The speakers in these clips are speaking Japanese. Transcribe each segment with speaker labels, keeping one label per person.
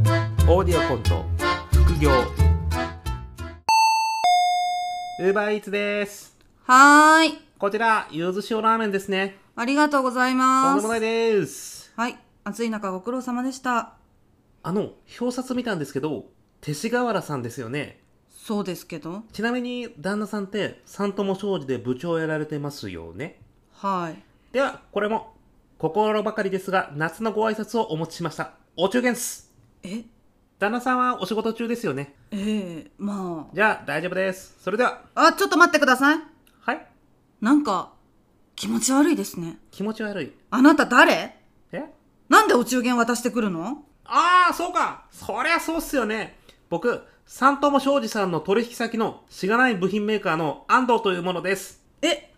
Speaker 1: ディオコント副業ウーバーイーツです
Speaker 2: はーい。
Speaker 1: こちらゆず塩ラーメンですね
Speaker 2: ありがとうござい
Speaker 1: とん
Speaker 2: ま
Speaker 1: ですも。ないです
Speaker 2: はい。暑い中ご苦労様でした。
Speaker 1: あの表札見たんですけど勅使河原さんですよね
Speaker 2: そうですけど。
Speaker 1: ちなみに旦那さんって三友商事で部長をやられてますよね
Speaker 2: はい。
Speaker 1: ではこれも心ばかりですが夏のご挨拶をお持ちしましたお中元っす
Speaker 2: え
Speaker 1: 旦那さんはお仕事中ですよね
Speaker 2: ええま
Speaker 1: じゃあ大丈夫ですそれでは
Speaker 2: あ。あ、ちょっと待ってください。
Speaker 1: はい
Speaker 2: なんか、気持ち悪いですね。
Speaker 1: 気持ち悪い
Speaker 2: あなた誰
Speaker 1: え
Speaker 2: なんでお中元渡してくるの
Speaker 1: ああそうかそりゃそうっすよね僕三友商事さんの取引先のしがない部品メーカーの安藤というものです
Speaker 2: え、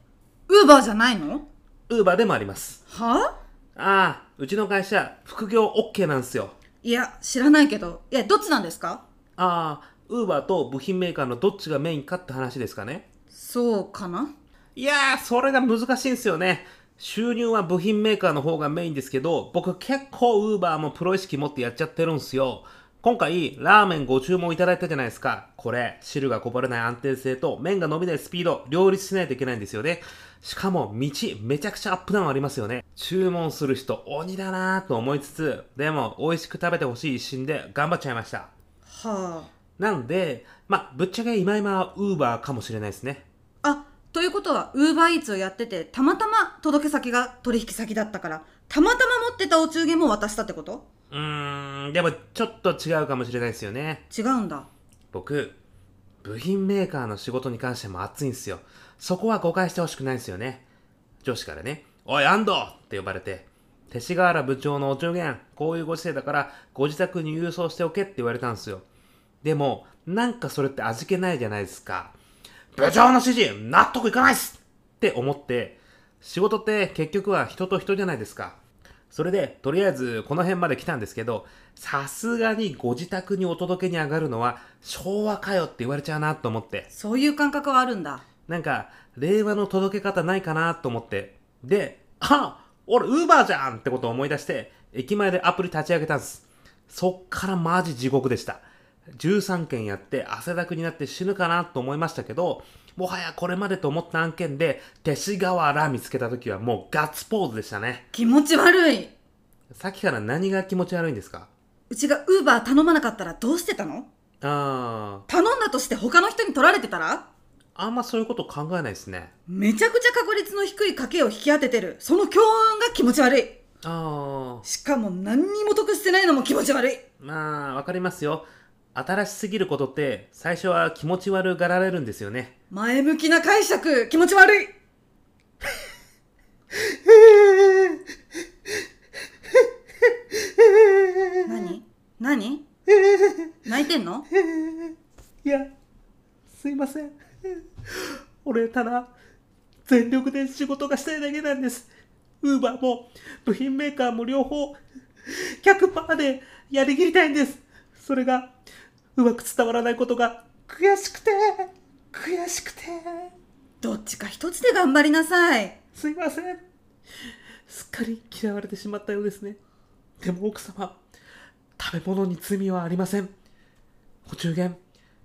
Speaker 2: ウーバーじゃないの
Speaker 1: ウーバーでもあります
Speaker 2: は
Speaker 1: ああうちの会社副業 OK なんすよ
Speaker 2: いや、知らないけど。いや、どっちなんですか
Speaker 1: ああウーバーと部品メーカーのどっちがメインかって話ですかね
Speaker 2: そうかない
Speaker 1: やーそれが難しいんすよね収入は部品メーカーの方がメインですけど僕結構ウーバーもプロ意識持ってやっちゃってるんすよ今回ラーメンご注文いただいたじゃないですかこれ汁がこぼれない安定性と麺が伸びないスピード両立しないといけないんですよねしかも道めちゃくちゃアップダウンありますよね注文する人鬼だなーと思いつつでも美味しく食べてほしい一心で頑張っちゃいました
Speaker 2: は
Speaker 1: なんでまあぶっちゃけ今今はウーバーかもしれないですね
Speaker 2: あ。あ、ということは、ウーバーイーツをやってて、たまたま届け先が取引先だったから、たまたま持ってたお中元も渡したってこと
Speaker 1: うーん、でもちょっと違うかもしれないですよね。
Speaker 2: 違うんだ
Speaker 1: 僕、部品メーカーの仕事に関しても熱いんですよ。そこは誤解してほしくないんですよね。上司からね、おい、安藤って呼ばれて、勅使河原部長のお中元、こういうご時世だから、ご自宅に郵送しておけって言われたんですよ。でも、なんかそれって味気ないじゃないですか。部長の指示、納得いかないっすって思って、仕事って結局は人と人じゃないですか。それで、とりあえずこの辺まで来たんですけど、さすがにご自宅にお届けに上がるのは昭和かよって言われちゃうなと思って、
Speaker 2: そういう感覚はあるんだ
Speaker 1: なんか、令和の届け方ないかなと思って、で、あ俺ウーバーじゃんってことを思い出して、駅前でアプリ立ち上げたんです。そっからマジ地獄でした。13件やって汗だくになって死ぬかなと思いましたけど、もはやこれまでと思った案件で、勅使河原見つけた時はもうガッツポーズでしたね。
Speaker 2: 気持ち悪い
Speaker 1: さっきから何が気持ち悪いんですか
Speaker 2: うちがウーバー頼まなかったらどうしてたの
Speaker 1: あ
Speaker 2: 頼んだとして他の人に取られてたら
Speaker 1: ー、あんまそういうこと考えないですね。
Speaker 2: めちゃくちゃ確率の低い家計を引き当ててるその強運が気持ち悪い
Speaker 1: あー、
Speaker 2: しかも何にも得してないのも気持ち悪い
Speaker 1: まあ、わかりますよ。新しすぎることって、最初は気持ち悪がられるんですよね。
Speaker 2: 前向きな解釈気持ち悪い何何泣いてんの
Speaker 1: いや、すいません。俺、ただ、全力で仕事がしたいだけなんです。ウーバーも、部品メーカーも両方、100%でやりきりたいんです。それが、うまく伝わらないことが、悔しくて、悔しくて。
Speaker 2: どっちか一つで頑張りなさい
Speaker 1: すいません。すっかり嫌われてしまったようですね。でも奥様、食べ物に罪はありません。お中元、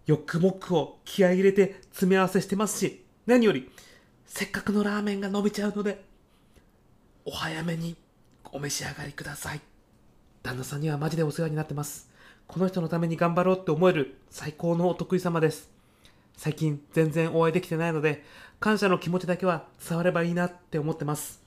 Speaker 1: ヨックモックを気合い入れて詰め合わせしてますし、何より、せっかくのラーメンが伸びちゃうので、お早めにお召し上がりください。旦那さんにはマジでお世話になってます。この人のために頑張ろうって思える最高のお得意様です。最近全然お会いできてないので感謝の気持ちだけは伝わればいいなって思ってます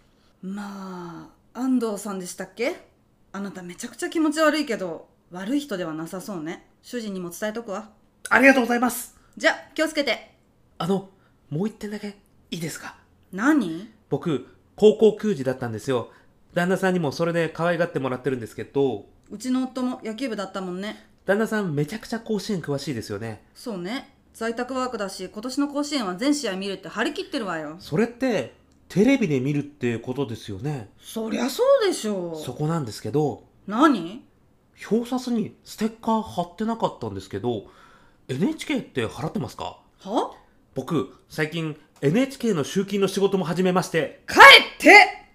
Speaker 2: まあ安藤さんでしたっけあなためちゃくちゃ気持ち悪いけど悪い人ではなさそうね主人にも伝えとくわ
Speaker 1: ありがとうございます
Speaker 2: じゃあ気をつけて
Speaker 1: あのもう一点だけいいですか
Speaker 2: 何
Speaker 1: 僕高校球児だったんですよ旦那さんにもそれで可愛がってもらってるんですけど
Speaker 2: うちの夫も野球部だったもんね
Speaker 1: 旦那さんめちゃくちゃ甲子園詳しいですよね
Speaker 2: そうね在宅ワークだし今年の甲子園は全試合見るって張り切ってるわよ
Speaker 1: それってテレビで見るってことですよね
Speaker 2: そりゃそうでしょ
Speaker 1: そこなんですけど
Speaker 2: 何
Speaker 1: 表札にステッカー貼ってなかったんですけど NHK って払ってますか
Speaker 2: は
Speaker 1: 僕最近 NHK の集金の仕事も始めまして
Speaker 2: 帰って